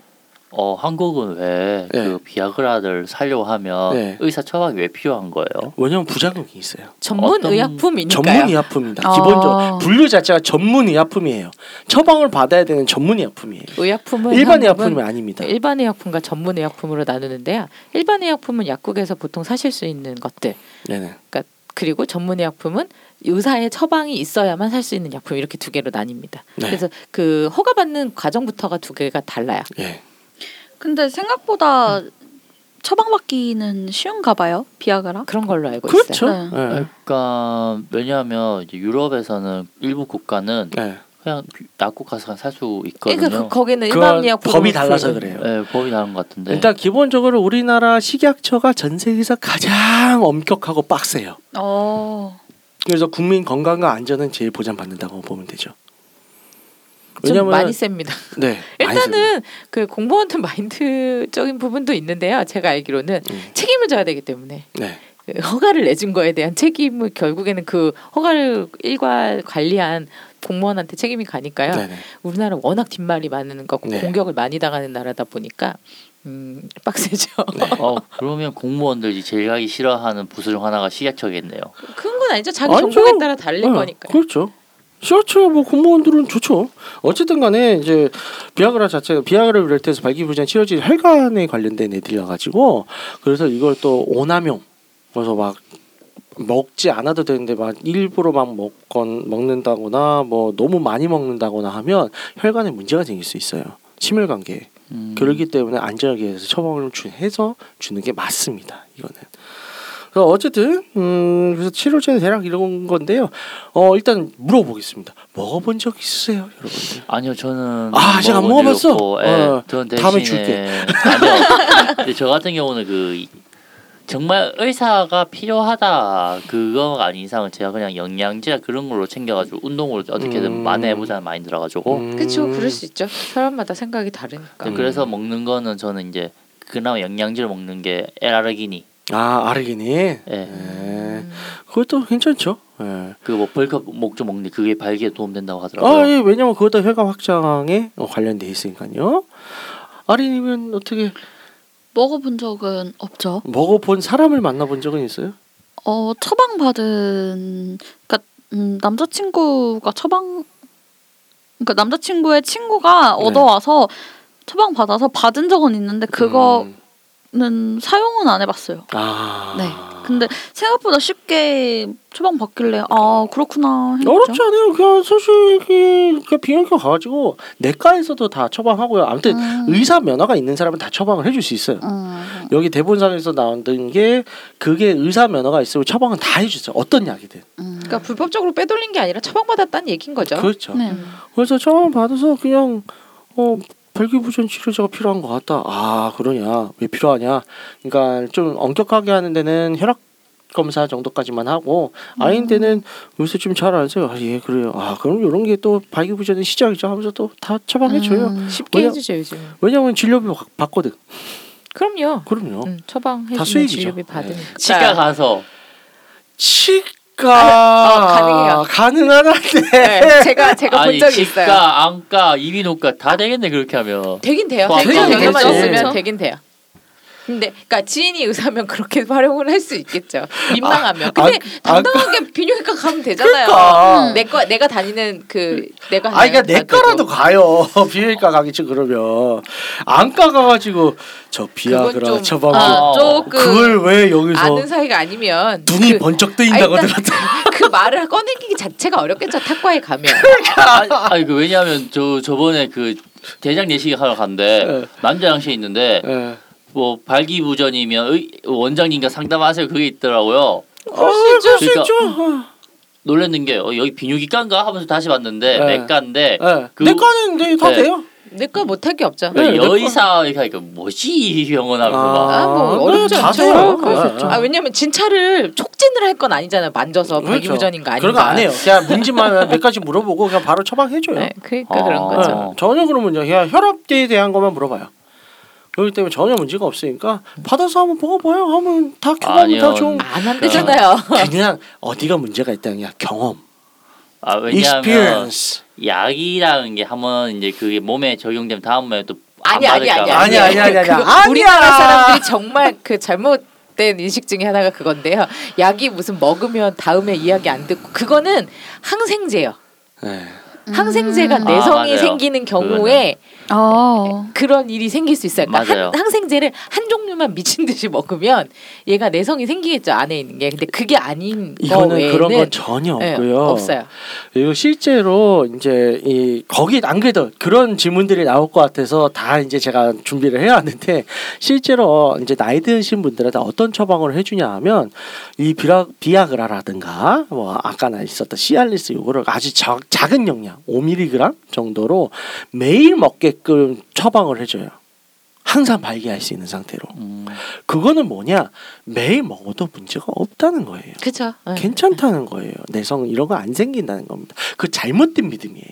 Speaker 2: 어 한국은 왜 그
Speaker 3: 네.
Speaker 2: 비아그라를 살려고 하면
Speaker 3: 네.
Speaker 2: 의사 처방이 왜 필요한 거예요?
Speaker 3: 왜냐면 부작용이 있어요.
Speaker 4: 전문
Speaker 2: 어떤-
Speaker 4: 의약품이니까요. 어.
Speaker 3: 전문 의약품입니다.
Speaker 5: 아.
Speaker 3: 기본적으로 분류 자체가 전문 의약품이에요. 처방을 받아야 되는 전문 의약품이에요.
Speaker 4: 의약품은
Speaker 3: 일반
Speaker 4: 한국은
Speaker 3: 의약품은 아닙니다.
Speaker 4: 일반 의약품과 전문 의약품으로 나누는데요. 일반 의약품은 약국에서 보통 사실 수 있는 것들.
Speaker 3: 네네.
Speaker 4: 그리고 전문 의약품은 의사의 처방이 있어야만 살 수 있는 약품 이렇게 두 개로 나뉩니다.
Speaker 3: 네.
Speaker 4: 그래서 그 허가 받는 과정부터가 두 개가 달라요.
Speaker 3: 예.
Speaker 5: 근데 생각보다 처방받기는 쉬운가 봐요. 비아그라.
Speaker 4: 그런 걸로 알고 있어요.
Speaker 2: 네.
Speaker 3: 그렇죠.
Speaker 5: 있어요.
Speaker 3: 예.
Speaker 2: 그러니까 왜냐하면 이제 유럽에서는 일부 국가는
Speaker 3: 예.
Speaker 2: 그냥 약국 가서 살 수
Speaker 4: 예,
Speaker 1: 그러니까 그,
Speaker 2: 있거든요.
Speaker 4: 네.
Speaker 1: 거기는 일반
Speaker 3: 그건
Speaker 1: 예약
Speaker 3: 법이
Speaker 1: 보통
Speaker 3: 달라서
Speaker 1: 풀.
Speaker 3: 그래요.
Speaker 2: 네, 법이 나는 것 같은데.
Speaker 3: 일단 기본적으로 우리나라 식약처가 전 세계에서 가장 엄격하고 빡세요.
Speaker 6: 어.
Speaker 3: 그래서 국민 건강과 안전은 제일 보장받는다고 보면 되죠.
Speaker 4: 좀
Speaker 3: 왜냐면
Speaker 4: 많이 셉니다.
Speaker 3: 네 많이 써요.
Speaker 4: 일단은 그 공무원들 마인드적인 부분도 있는데요. 제가 알기로는
Speaker 3: 음.
Speaker 4: 책임을 져야 되기 때문에
Speaker 3: 네
Speaker 4: 그 허가를 내준 거에 대한 책임을 결국에는 그 허가를 일괄 관리한 공무원한테 책임이 가니까요.
Speaker 3: 네네
Speaker 4: 우리나라 워낙 뒷말이 많은 거고
Speaker 3: 네.
Speaker 4: 공격을 많이 당하는 나라다 보니까 음, 빡세죠.
Speaker 3: 네.
Speaker 2: 어 그러면 공무원들이 제일 하기 싫어하는 부서 중 하나가 식약처겠네요.
Speaker 4: 그런 건 아니죠. 자기
Speaker 3: 아니죠.
Speaker 4: 정보에 따라 달릴
Speaker 3: 네,
Speaker 4: 거니까요.
Speaker 3: 그렇죠. 그렇죠. 뭐 공무원들은 좋죠. 어쨌든간에 이제 비아그라 자체가 비아그라를 비롯해서 발기부전 치료제 혈관에 관련된 애들이어가지고 그래서 이걸 또 오남용 그래서 막 먹지 않아도 되는데 막 일부러 막 먹건 먹는다거나 뭐 너무 많이 먹는다거나 하면 혈관에 문제가 생길 수 있어요. 심혈관계.
Speaker 2: 음.
Speaker 3: 그러기 때문에 안전하게 해서 처방을 주, 해서 주는 게 맞습니다. 이거는. 그래서 어쨌든 음, 그래서 치료제는 대략 이런 건데요. 어 일단 물어보겠습니다. 먹어본 적 있으세요, 여러분들?
Speaker 2: 아니요 저는 뭐
Speaker 3: 아, 아직 안
Speaker 2: 먹어본
Speaker 3: 먹어봤어?
Speaker 2: 적 없고, 예,
Speaker 3: 어,
Speaker 2: 저는
Speaker 3: 다음에
Speaker 2: 대신에-
Speaker 3: 줄게.
Speaker 2: 아니요. 근데 저 같은 경우는 그 이- 정말 의사가 필요하다 그거 아닌 이상은 제가 그냥 영양제나 그런 걸로 챙겨가지고 운동으로 어떻게든
Speaker 3: 음.
Speaker 2: 만회해보자는 마인드라가지고
Speaker 4: 그렇죠. 그럴 수 있죠. 사람마다 생각이 다르니까.
Speaker 2: 네, 그래서 먹는 거는 저는 이제 그나마 영양제를 먹는 게 에라르기니
Speaker 3: 아 아르기닌. 예.
Speaker 2: 예.
Speaker 3: 그것도 괜찮죠. 예.
Speaker 2: 그뭐 벌컥 목좀 먹는 게 그게 발기에 도움된다고 하더라고요.
Speaker 3: 아 예, 왜냐면 그것도 혈관 확장에 어, 관련돼 있으니까요. 아리님은 어떻게
Speaker 5: 먹어본 적은 없죠.
Speaker 3: 먹어본 사람을 만나본 적은 있어요?
Speaker 5: 어 처방받은 그러니까 음, 남자친구가 처방 그러니까 남자친구의 친구가
Speaker 3: 네.
Speaker 5: 얻어와서 처방 받아서 받은 적은 있는데 그거는
Speaker 3: 음.
Speaker 5: 사용은 안 해봤어요.
Speaker 3: 아.
Speaker 5: 네. 근데 생각보다 쉽게 처방 받길래 아 그렇구나 했죠.
Speaker 3: 어렵지 않아요. 그냥 사실 이게 그냥 비행기 가가지고 내과에서도 다 처방하고요. 아무튼
Speaker 5: 음.
Speaker 3: 의사 면허가 있는 사람은 다 처방을 해줄 수 있어요.
Speaker 5: 음.
Speaker 3: 여기 대본상에서 나온 게 그게 의사 면허가 있으면 처방은 다 해주세요. 어떤 약이든.
Speaker 5: 음.
Speaker 4: 그러니까 불법적으로 빼돌린 게 아니라 처방받았다는 얘기인 거죠.
Speaker 3: 네.
Speaker 1: 음.
Speaker 3: 그렇죠.
Speaker 5: 네.
Speaker 3: 그래서 처음 받아서 그냥 어 발기부전 치료제가 필요한 것 같다. 아 그러냐 왜 필요하냐. 그러니까 좀 엄격하게 하는 데는 혈압 검사 정도까지만 하고
Speaker 4: 음.
Speaker 3: 아닌 데는 요새 좀 잘 안 써요. 아, 예 그래요. 아 그럼 이런 게 또 발기부전의 시작이죠 하면서 또 다 처방해줘요.
Speaker 5: 음.
Speaker 4: 쉽게
Speaker 3: 왜냐-
Speaker 4: 해주죠 요즘.
Speaker 3: 왜냐면 진료비 받- 받거든.
Speaker 4: 그럼요.
Speaker 3: 그럼요.
Speaker 4: 음, 처방해
Speaker 3: 어? 다
Speaker 4: 주는
Speaker 3: 수익이죠.
Speaker 4: 진료비
Speaker 3: 네.
Speaker 4: 받으니까.
Speaker 2: 치과 가서
Speaker 3: 치과
Speaker 4: 아니, 어,
Speaker 3: 가능하다는데
Speaker 4: 네, 제가 제가 본
Speaker 2: 아니
Speaker 4: 적이 있어요.
Speaker 2: 치과, 안과, 이비인후과 다 되겠네 그렇게 하면.
Speaker 4: 되긴 돼요.
Speaker 2: 와,
Speaker 4: 되긴
Speaker 3: 되죠.
Speaker 4: 경험만
Speaker 3: 되죠.
Speaker 4: 있으면
Speaker 5: 그렇죠.
Speaker 4: 되긴 돼요. 근데 그러니까 지인이 의사면 그렇게 활용을 할 수 있겠죠. 민망하면. 근데
Speaker 3: 아, 아,
Speaker 4: 당당하게 비뇨기과 가면 되잖아요.
Speaker 3: 그러니까.
Speaker 5: 음.
Speaker 4: 내거 내가 다니는 그 내가
Speaker 3: 아, 그러니까
Speaker 4: 다니는
Speaker 3: 내
Speaker 4: 과도
Speaker 3: 거라도 가요. 비외과 가겠지 그러면 안과 가가지고 저
Speaker 4: 그건
Speaker 3: 비아그라
Speaker 4: 좀-
Speaker 3: 처방하고
Speaker 2: 아,
Speaker 4: 조금
Speaker 3: 그걸 왜 여기서
Speaker 4: 아는 사이가 아니면
Speaker 3: 눈이
Speaker 4: 그,
Speaker 3: 번쩍 뜨인다고
Speaker 4: 아, 일단-
Speaker 3: 들었대.
Speaker 4: 그 말을 꺼내기 자체가 어렵겠죠. 탁과에 가면.
Speaker 2: 아니 그 왜냐하면 저 저번에 그 대장 내시경 하러
Speaker 3: 예.
Speaker 4: 네.
Speaker 2: 갔는데 남자 양식 있는데
Speaker 3: 예.
Speaker 2: 뭐 발기부전이면 의, 원장님과 상담하세요 그게 있더라고요.
Speaker 4: 어,
Speaker 3: 그럴 수
Speaker 2: 그러니까-
Speaker 3: 있죠.
Speaker 2: 놀랐는 게 어, 여기 비뇨기과인가 하면서 다시 봤는데
Speaker 4: 네.
Speaker 3: 예.
Speaker 2: 내과인데
Speaker 3: 예.
Speaker 2: 그-
Speaker 3: 내 거는 네, 다
Speaker 2: 예.
Speaker 3: 돼요.
Speaker 4: 내거 못할 게 없죠.
Speaker 3: 네, 내과.
Speaker 2: 그러니까 여의사에 가니까 뭐지 이 병원 하면서 막
Speaker 4: 아, 뭐
Speaker 3: 네,
Speaker 4: 어렵지
Speaker 3: 다
Speaker 4: 않죠.
Speaker 3: 돼요.
Speaker 4: 그럴 수
Speaker 3: 예,
Speaker 4: 있죠.
Speaker 3: 예.
Speaker 4: 아, 왜냐면 진찰을 촉진을 할 건 아니잖아요. 만져서
Speaker 3: 그렇죠.
Speaker 4: 어, 발기부전인가 아닌가.
Speaker 3: 그런 거 안 해요. 그냥 문제만 몇 가지 물어보고 그냥 바로 처방해줘요.
Speaker 4: 네, 그러니까
Speaker 2: 아.
Speaker 4: 그런 거죠.
Speaker 2: 맞아.
Speaker 3: 예, 전혀 그런 문제 그냥 혈압계에 대한 것만 물어봐요. 그렇기 때문에 전혀 문제가 없으니까 받아서 한번 먹어봐요. 하면 다 경험이 다
Speaker 2: 아니요.
Speaker 3: 좋은
Speaker 4: 안 한대잖아요.
Speaker 3: 그냥 어디가 문제가 있다는 게 아니라 경험,
Speaker 2: 아 왜냐하면
Speaker 3: experience.
Speaker 2: 약이라는 게 한번 이제 그게 몸에 적용되면 다음에 또 안
Speaker 4: 아니 아니 아니
Speaker 2: 받을까
Speaker 3: 아니,
Speaker 4: 아니
Speaker 3: 아니, 아니, 아니.
Speaker 4: 그거
Speaker 3: 아니야.
Speaker 4: 우리나라 사람들이 정말 그 잘못된 인식 중에 하나가 그건데요. 약이 무슨 먹으면 다음에 이야기 안 듣고 그거는 항생제요.
Speaker 3: 네.
Speaker 4: 항생제가
Speaker 5: 음.
Speaker 4: 내성이
Speaker 2: 맞아요.
Speaker 4: 생기는 경우에
Speaker 5: 어.
Speaker 4: 그런 일이 생길 수 있어요. 그러니까
Speaker 2: 맞아요.
Speaker 4: 한, 항생제를 한 종류만 미친 듯이 먹으면 얘가 내성이 생기겠죠 안에 있는 게. 근데 그게 아닌 거
Speaker 3: 이거는
Speaker 4: 외에는
Speaker 3: 그런 건 전혀
Speaker 4: 예,
Speaker 3: 없고요.
Speaker 4: 없어요.
Speaker 3: 그리고 실제로 이제 이 거기 안 그래도 그런 질문들이 나올 것 같아서 다 이제 제가 준비를 해야 하는데 실제로 이제 나이 드신 분들한테 어떤 처방을 해주냐 하면 이 비라, 비아그라라든가 뭐 아까나 있었던 시알리스 요거를 아주 적, 작은 용량 그냥 5mg 정도로 매일 먹게끔 처방을 해줘요. 항상 발기할 수 있는 상태로.
Speaker 2: 음.
Speaker 3: 그거는 뭐냐 매일 먹어도 문제가 없다는 거예요.
Speaker 4: 그죠? 네.
Speaker 3: 괜찮다는 거예요. 내성 이런 거 안 생긴다는 겁니다. 그 잘못된 믿음이에요.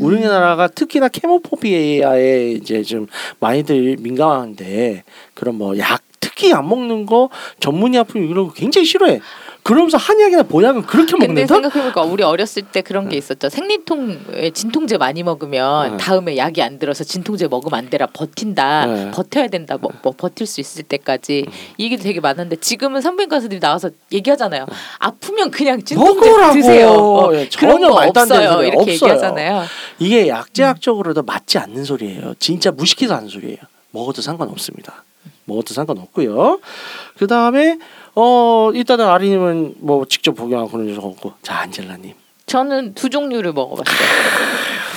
Speaker 3: 우리나라가 특히나 케모포비아에 이제 좀 많이들 민감한데 그런 뭐 약 특히 약 먹는 거 전문의 아픈 이런 거 굉장히 싫어해. 그러면서 한약이나 보약은 그렇게
Speaker 4: 근데
Speaker 3: 먹는다?
Speaker 4: 생각해보니까 우리 어렸을 때 그런 게 있었죠. 생리통에 진통제 많이 먹으면
Speaker 3: 네.
Speaker 4: 다음에 약이 안 들어서 진통제 먹으면 안 되라 버틴다.
Speaker 3: 네. 음.
Speaker 4: 버텨야 된다. 뭐, 뭐 버틸 수 있을 때까지 이 얘기도 되게 많은데 지금은 산부인과 선생님이 나와서 얘기하잖아요. 아프면 그냥 진통제
Speaker 3: 네. 먹으라고.
Speaker 4: 드세요. 어,
Speaker 3: 예,
Speaker 4: 그런
Speaker 3: 전혀
Speaker 4: 거
Speaker 3: 말도 안 되는
Speaker 4: 없어요.
Speaker 3: 소리예요.
Speaker 4: 이렇게
Speaker 3: 없어요.
Speaker 4: 얘기하잖아요.
Speaker 3: 이게 약제학적으로도 맞지 않는 소리예요. 진짜 무식해서 하는 소리예요. 먹어도 상관없습니다. 먹어도 상관없고요. 그 다음에 어 일단은 아리님은 뭐 직접 복용하고 그런 적없고자 안젤라님
Speaker 4: 저는 두 종류를 먹어봤어요.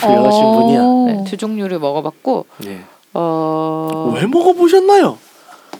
Speaker 3: 훌륭하신 분이야.
Speaker 4: 네, 두 종류를 먹어봤고
Speaker 3: 네.
Speaker 4: 어...
Speaker 3: 왜 먹어보셨나요?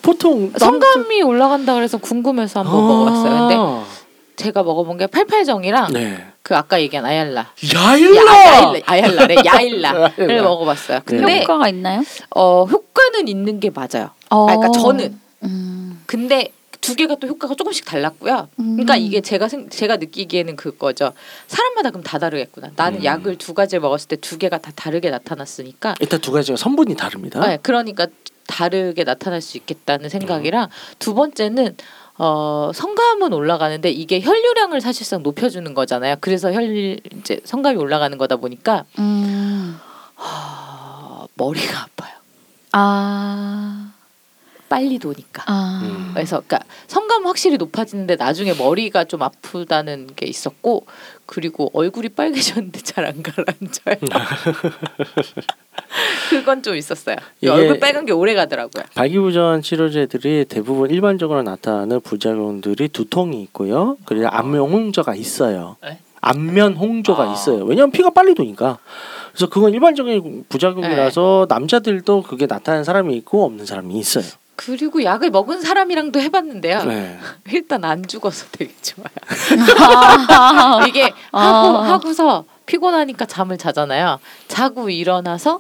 Speaker 3: 보통 남- 아.
Speaker 4: 성감이 올라간다 그래서 궁금해서 한번 먹어봤어요. 근데 제가 먹어본 게 팔팔정이랑
Speaker 3: 네.
Speaker 4: 그 아까 얘기한 아얄라.
Speaker 3: 야일라.
Speaker 4: 야, 아얄라. 아얄라래. 야일라를
Speaker 3: 야일라.
Speaker 4: 먹어봤어요. 근데
Speaker 3: 네.
Speaker 5: 효과가 있나요?
Speaker 4: 어, 효과는 있는 게 맞아요.
Speaker 5: 어.
Speaker 4: 그러니까 저는.
Speaker 5: 음.
Speaker 4: 근데 두 개가 또 효과가 조금씩 달랐고요.
Speaker 5: 음.
Speaker 4: 그러니까 이게 제가 생, 제가 느끼기에는 그거죠. 사람마다 그럼 다 다르겠구나. 나는
Speaker 3: 음.
Speaker 4: 약을 두 가지 먹었을 때 두 개가 다 다르게 나타났으니까.
Speaker 3: 일단 두 가지가 성분이 다릅니다.
Speaker 4: 네, 그러니까 다르게 나타날 수 있겠다는 생각이랑 두 번째는 어, 성감은 올라가는데 이게 혈류량을 사실상 높여주는 거잖아요. 그래서 혈 이제 성감이 올라가는 거다 보니까
Speaker 5: 음.
Speaker 4: 아, 머리가 아파요.
Speaker 5: 아.
Speaker 4: 빨리 도니까.
Speaker 5: 아.
Speaker 3: 음.
Speaker 4: 그래서 그러니까 성감은 확실히 높아지는데 나중에 머리가 좀 아프다는 게 있었고 그리고 얼굴이 빨개졌는데 잘 안 가라앉아요. 그건 좀 있었어요.
Speaker 3: 이게-
Speaker 4: 얼굴 빨간 게 오래 가더라고요.
Speaker 3: 발기부전 치료제들이 대부분 일반적으로 나타나는 부작용들이 두통이 있고요. 그리고
Speaker 4: 아.
Speaker 3: 안면 홍조가 있어요.
Speaker 2: 에?
Speaker 3: 안면 홍조가
Speaker 2: 아.
Speaker 3: 있어요. 왜냐하면 피가 빨리 도니까. 그래서 그건 일반적인 부작용이라서
Speaker 4: 네.
Speaker 3: 남자들도 그게 나타나는 사람이 있고 없는 사람이 있어요.
Speaker 4: 그리고 약을 먹은 사람이랑도 해봤는데요.
Speaker 3: 네.
Speaker 4: 일단 안 죽어서 되게 좋아요.
Speaker 5: 아.
Speaker 4: 이게 하고 하고서 피곤하니까 잠을 자잖아요. 자고 일어나서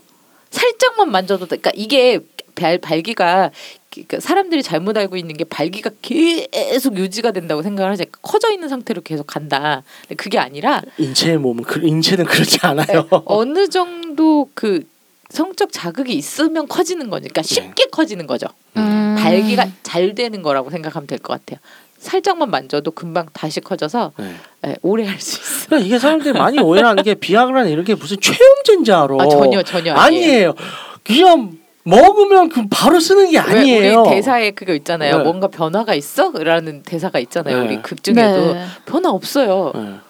Speaker 4: 살짝만 만져도 돼. 그러니까 이게 발, 발기가 그러니까 사람들이 잘못 알고 있는 게 발기가 계속 유지가 된다고 생각을 하지 커져 있는 상태로 계속 간다. 근데 그게 아니라
Speaker 3: 인체의 몸은 그, 인체는 그렇지 않아요.
Speaker 4: 어느 정도 그 성적 자극이 있으면 커지는 거니까 그러니까 쉽게 커지는 거죠.
Speaker 5: 음.
Speaker 4: 발기가 잘 되는 거라고 생각하면 될 것 같아요. 살짝만 만져도 금방 다시 커져서
Speaker 3: 네.
Speaker 4: 예, 오래 할 수 있어.
Speaker 3: 그러니까 이게 사람들이 많이 오해하는 게 비아그라는 이런 게 무슨 최음제인지알아
Speaker 4: 아 전혀 전혀 아니에요.
Speaker 3: 아니에요. 그냥 먹으면 그 바로 쓰는 게
Speaker 4: 왜
Speaker 3: 아니에요.
Speaker 4: 우리 대사에 그거 있잖아요.
Speaker 3: 네.
Speaker 4: 뭔가 변화가 있어?라는 대사가 있잖아요.
Speaker 3: 네.
Speaker 4: 우리 극 중에도
Speaker 5: 네.
Speaker 4: 변화 없어요.
Speaker 3: 예.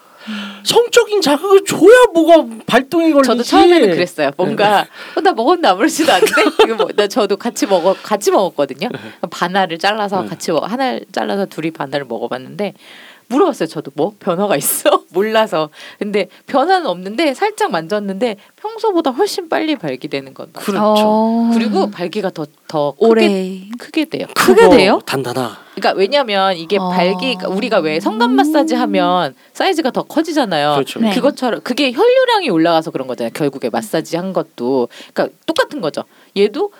Speaker 3: 성적인 자극을 줘야 뭐가 발동이 걸리지.
Speaker 4: 저도 처음에는
Speaker 3: 네.
Speaker 4: 그랬어요. 뭔가 어, 나 먹었는데 아무렇지도 않은데 이거 뭐, 나 저도 같이 먹어 같이 먹었거든요. 반알을 잘라서
Speaker 3: 네.
Speaker 4: 같이 먹 하나를 잘라서 둘이 반알을 먹어봤는데 물어봤어요. 저도 뭐 변화가 있어? 몰라서 근데 변화는 없는데 살짝 만졌는데 평소보다 훨씬 빨리 발기되는 건 맞아요.
Speaker 3: 그렇죠.
Speaker 5: 어.
Speaker 4: 그리고 발기가 더 더 크게
Speaker 5: 오래.
Speaker 4: 크게 돼요.
Speaker 5: 크게
Speaker 3: 그거
Speaker 5: 돼요?
Speaker 3: 단단하.
Speaker 4: 그러니까 왜냐면 이게
Speaker 5: 아. 음.
Speaker 4: 발기 그러니까 우리가 왜 성간 마사지 하면 사이즈가 더 커지잖아요.
Speaker 3: 그렇죠.
Speaker 5: 네.
Speaker 4: 그것처럼 그게 혈류량이 올라가서 그런 거잖아요. 결국에 마사지 한 것도 그러니까 똑같은 거죠. 얘도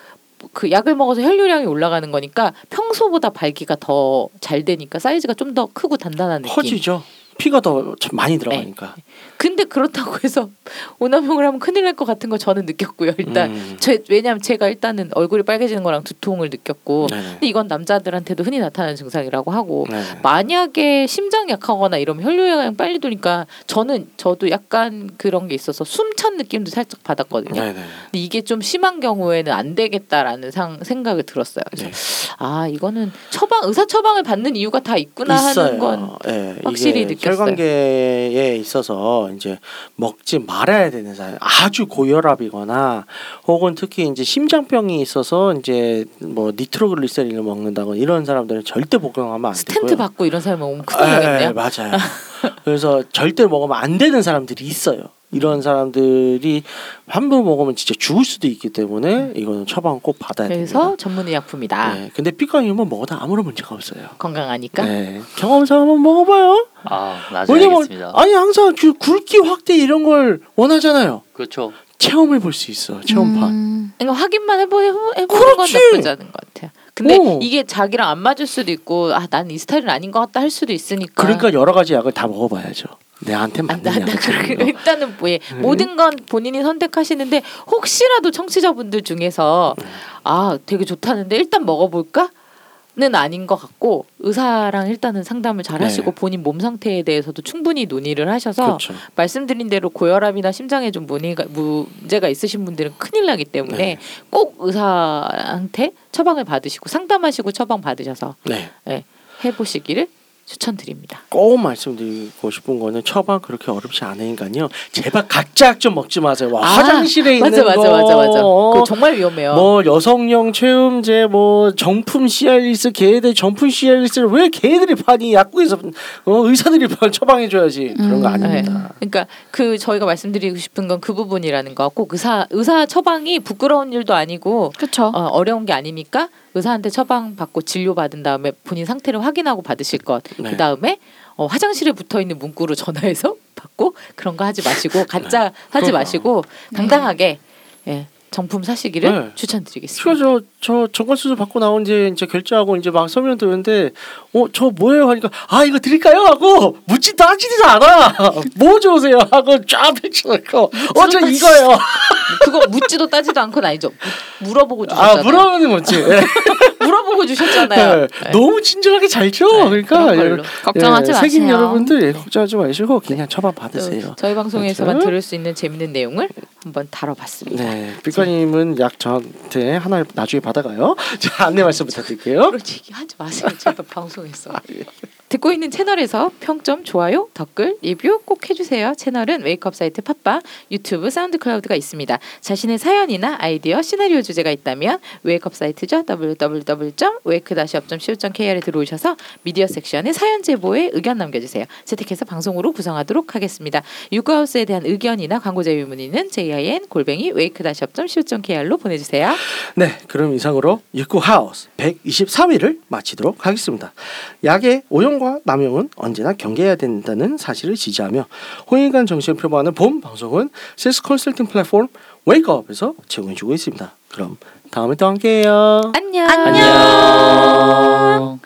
Speaker 4: 그 약을 먹어서 혈류량이 올라가는 거니까 평소보다 발기가 더 잘 되니까 사이즈가 좀 더 크고 단단한 느낌. 네.
Speaker 3: 커지죠. 피가 더 참 많이 들어가니까.
Speaker 4: 근데 그렇다고 해서 오남용을 하면 큰일 날 것 같은 거 저는 느꼈고요. 일단
Speaker 3: 음.
Speaker 4: 제, 왜냐하면 제가 일단은 얼굴이 빨개지는 거랑 두통을 느꼈고
Speaker 3: 네네.
Speaker 4: 근데 뭐 이건 뭐 남자들한테도 흔히 나타나는 증상이라고 하고
Speaker 3: 네네.
Speaker 4: 만약에 심장 약하거나 이러면 혈류량 빨리 도니까 저는 저도 약간 그런 게 있어서 숨찬 느낌도 살짝 받았거든요.
Speaker 3: 네네.
Speaker 4: 근데 이게 좀 심한 경우에는 안 되겠다라는 상, 생각을 들었어요. 그래서
Speaker 3: 네.
Speaker 4: 아 이거는 처방 의사 처방을 받는 이유가 다 있구나 하는 건
Speaker 3: 있어요. 예,
Speaker 4: 확실히
Speaker 3: 이게
Speaker 4: 느꼈어요.
Speaker 3: 혈관계에 있어서 이제 먹지 말아야 되는 사람, 아주 고혈압이거나 혹은 특히 이제 심장병이 있어서 이제 뭐 니트로글리세린을 먹는다거나 이런 사람들은 절대 복용하면 안
Speaker 4: 스탠트
Speaker 3: 되고요.
Speaker 4: 받고 이런 사람은 오면 큰일
Speaker 3: 예,
Speaker 4: 나겠네요.
Speaker 3: 맞아요. 그래서 절대 먹으면 안 되는 사람들이 있어요. 이런 사람들이 함부로 먹으면 진짜 죽을 수도 있기 때문에 이거는 처방 꼭 받아야 됩니다.
Speaker 4: 그래서 아. 전문 의약품이다.
Speaker 3: 네, 근데 피카님은 먹어도 아무런 문제가 없어요.
Speaker 4: 건강하니까.
Speaker 3: 네, 경험상 한번 먹어봐요.
Speaker 2: 아 나중에
Speaker 3: 왜냐면
Speaker 2: 알겠습니다.
Speaker 3: 아니 항상 그 굵기 확대 이런 걸 원하잖아요.
Speaker 2: 그렇죠.
Speaker 3: 체험해 볼 수 있어. 체험판.
Speaker 5: 음,
Speaker 4: 그러니까 확인만 해보 해보는 건
Speaker 3: 그렇지.
Speaker 4: 나쁘지 않은 것 같아요. 근데
Speaker 3: 오.
Speaker 4: 이게 자기랑 안 맞을 수도 있고 아 난 이 스타일은 아닌 것 같다 할 수도 있으니까.
Speaker 3: 그러니까 여러 가지 약을 다 먹어봐야죠. 내한테
Speaker 4: 아, 나,
Speaker 3: 맞는
Speaker 4: 나 그렇게
Speaker 3: 약을.
Speaker 4: 일단은 뭐 예,
Speaker 3: 네.
Speaker 4: 모든 건 본인이 선택하시는데 혹시라도 청취자분들 중에서
Speaker 3: 네.
Speaker 4: 아 되게 좋다는데 일단 먹어볼까? 는 아닌 것 같고 의사랑 일단은 상담을 잘
Speaker 3: 네.
Speaker 4: 하시고 본인 몸 상태에 대해서도 충분히 논의를 하셔서
Speaker 3: 그렇죠.
Speaker 4: 말씀드린 대로 고혈압이나 심장에 좀 문의가, 문제가 있으신 분들은 큰일 나기 때문에
Speaker 3: 네.
Speaker 4: 꼭 의사한테 처방을 받으시고 상담하시고 처방 받으셔서
Speaker 3: 네.
Speaker 4: 예, 해보시기를 추천드립니다.
Speaker 3: 꼭 말씀드리고 싶은 거는 처방 그렇게 어렵지 않으니까요. 제발 각자 좀 먹지 마세요. 와,
Speaker 4: 아,
Speaker 3: 화장실에
Speaker 4: 맞아
Speaker 3: 있는
Speaker 4: 맞아
Speaker 3: 거.
Speaker 4: 맞아 맞아. 그거 정말 위험해요.
Speaker 3: 뭐 여성용 체음제 뭐 정품 CRS 걔들 정품 CRS를 왜 걔들이 파니 약국에서 어, 의사들이 파 처방해 줘야지 그런 거
Speaker 5: 음.
Speaker 3: 아닙니다.
Speaker 4: 그러니까 그 저희가 말씀드리고 싶은 건 그 부분이라는 거. 꼭 의사 의사 처방이 부끄러운 일도 아니고
Speaker 5: 그렇죠.
Speaker 4: 어, 어려운 게 아니니까 의사한테 처방 받고 진료 받은 다음에 본인 상태를 확인하고 받으실 것.
Speaker 3: 네.
Speaker 4: 그 다음에 어, 화장실에 붙어 있는 문구로 전화해서 받고 그런 거 하지 마시고 가짜 하지
Speaker 3: 그럼요.
Speaker 4: 마시고 당당하게 예, 정품 사시기를
Speaker 3: 네.
Speaker 4: 추천드리겠습니다.
Speaker 3: 제가 저저 정관 수술 받고 나온 이제 이제 결제하고 이제 막 서면 되는데 어 저 뭐예요 하니까 아 이거 드릴까요 하고 묻지도 하지도 않아 뭐 좋으세요 하고 쫙 펼쳐놓고 어 저 이거요
Speaker 4: 그거 묻지도 따지도 않고 는 아니죠. 무- 물어보고 주셨잖아요.
Speaker 3: 아 물어보는 거지 예.
Speaker 4: 물어보고 주셨잖아요.
Speaker 3: 네.
Speaker 4: 네.
Speaker 3: 너무 친절하게 잘 줘.
Speaker 4: 네,
Speaker 3: 그러니까
Speaker 4: 그런 걸로.
Speaker 3: 예,
Speaker 6: 걱정하지
Speaker 3: 예,
Speaker 6: 마세요.
Speaker 3: 세긴 여러분들 예, 걱정하지 마시고 그냥 처방 받으세요. 그렇죠?
Speaker 4: 저희 방송에서만
Speaker 3: 아무튼.
Speaker 4: 들을 수 있는 재밌는 내용을 한번 다뤄봤습니다.
Speaker 3: 네, 삐까님은 약 저한테 하나 나중에 받아가요. 자 안내 말씀 부탁드릴게요.
Speaker 4: 그런 얘기 하지 마세요. 제가 방송에서. 듣고 있는 채널에서 평점, 좋아요, 댓글, 리뷰 꼭 해주세요. 채널은 웨이크업 사이트 팟빵, 유튜브 사운드 클라우드가 있습니다. 자신의 사연이나 아이디어, 시나리오 주제가 있다면 웨이크업 사이트죠. www.wake-up.co.kr에 들어오셔서 미디어 섹션의 사연 제보에 의견 남겨주세요. 채택해서 방송으로 구성하도록 하겠습니다. 유쿠하우스에 대한 의견이나 광고 제휴 문의는 jin 골뱅이 wake-up.co.kr로 보내주세요.
Speaker 3: 네, 그럼 이상으로 육구 하우스 123회를 마치도록 하겠습니다. 약의 오용과 남용은 언제나 경계해야 된다는 사실을 지지하며 홍인간 정신을 표방하는 본 방송은 세스 컨설팅 플랫폼 웨이크업에서 제공해주고 있습니다. 그럼 다음에 또 함께해요.
Speaker 4: 안녕.
Speaker 2: 안녕.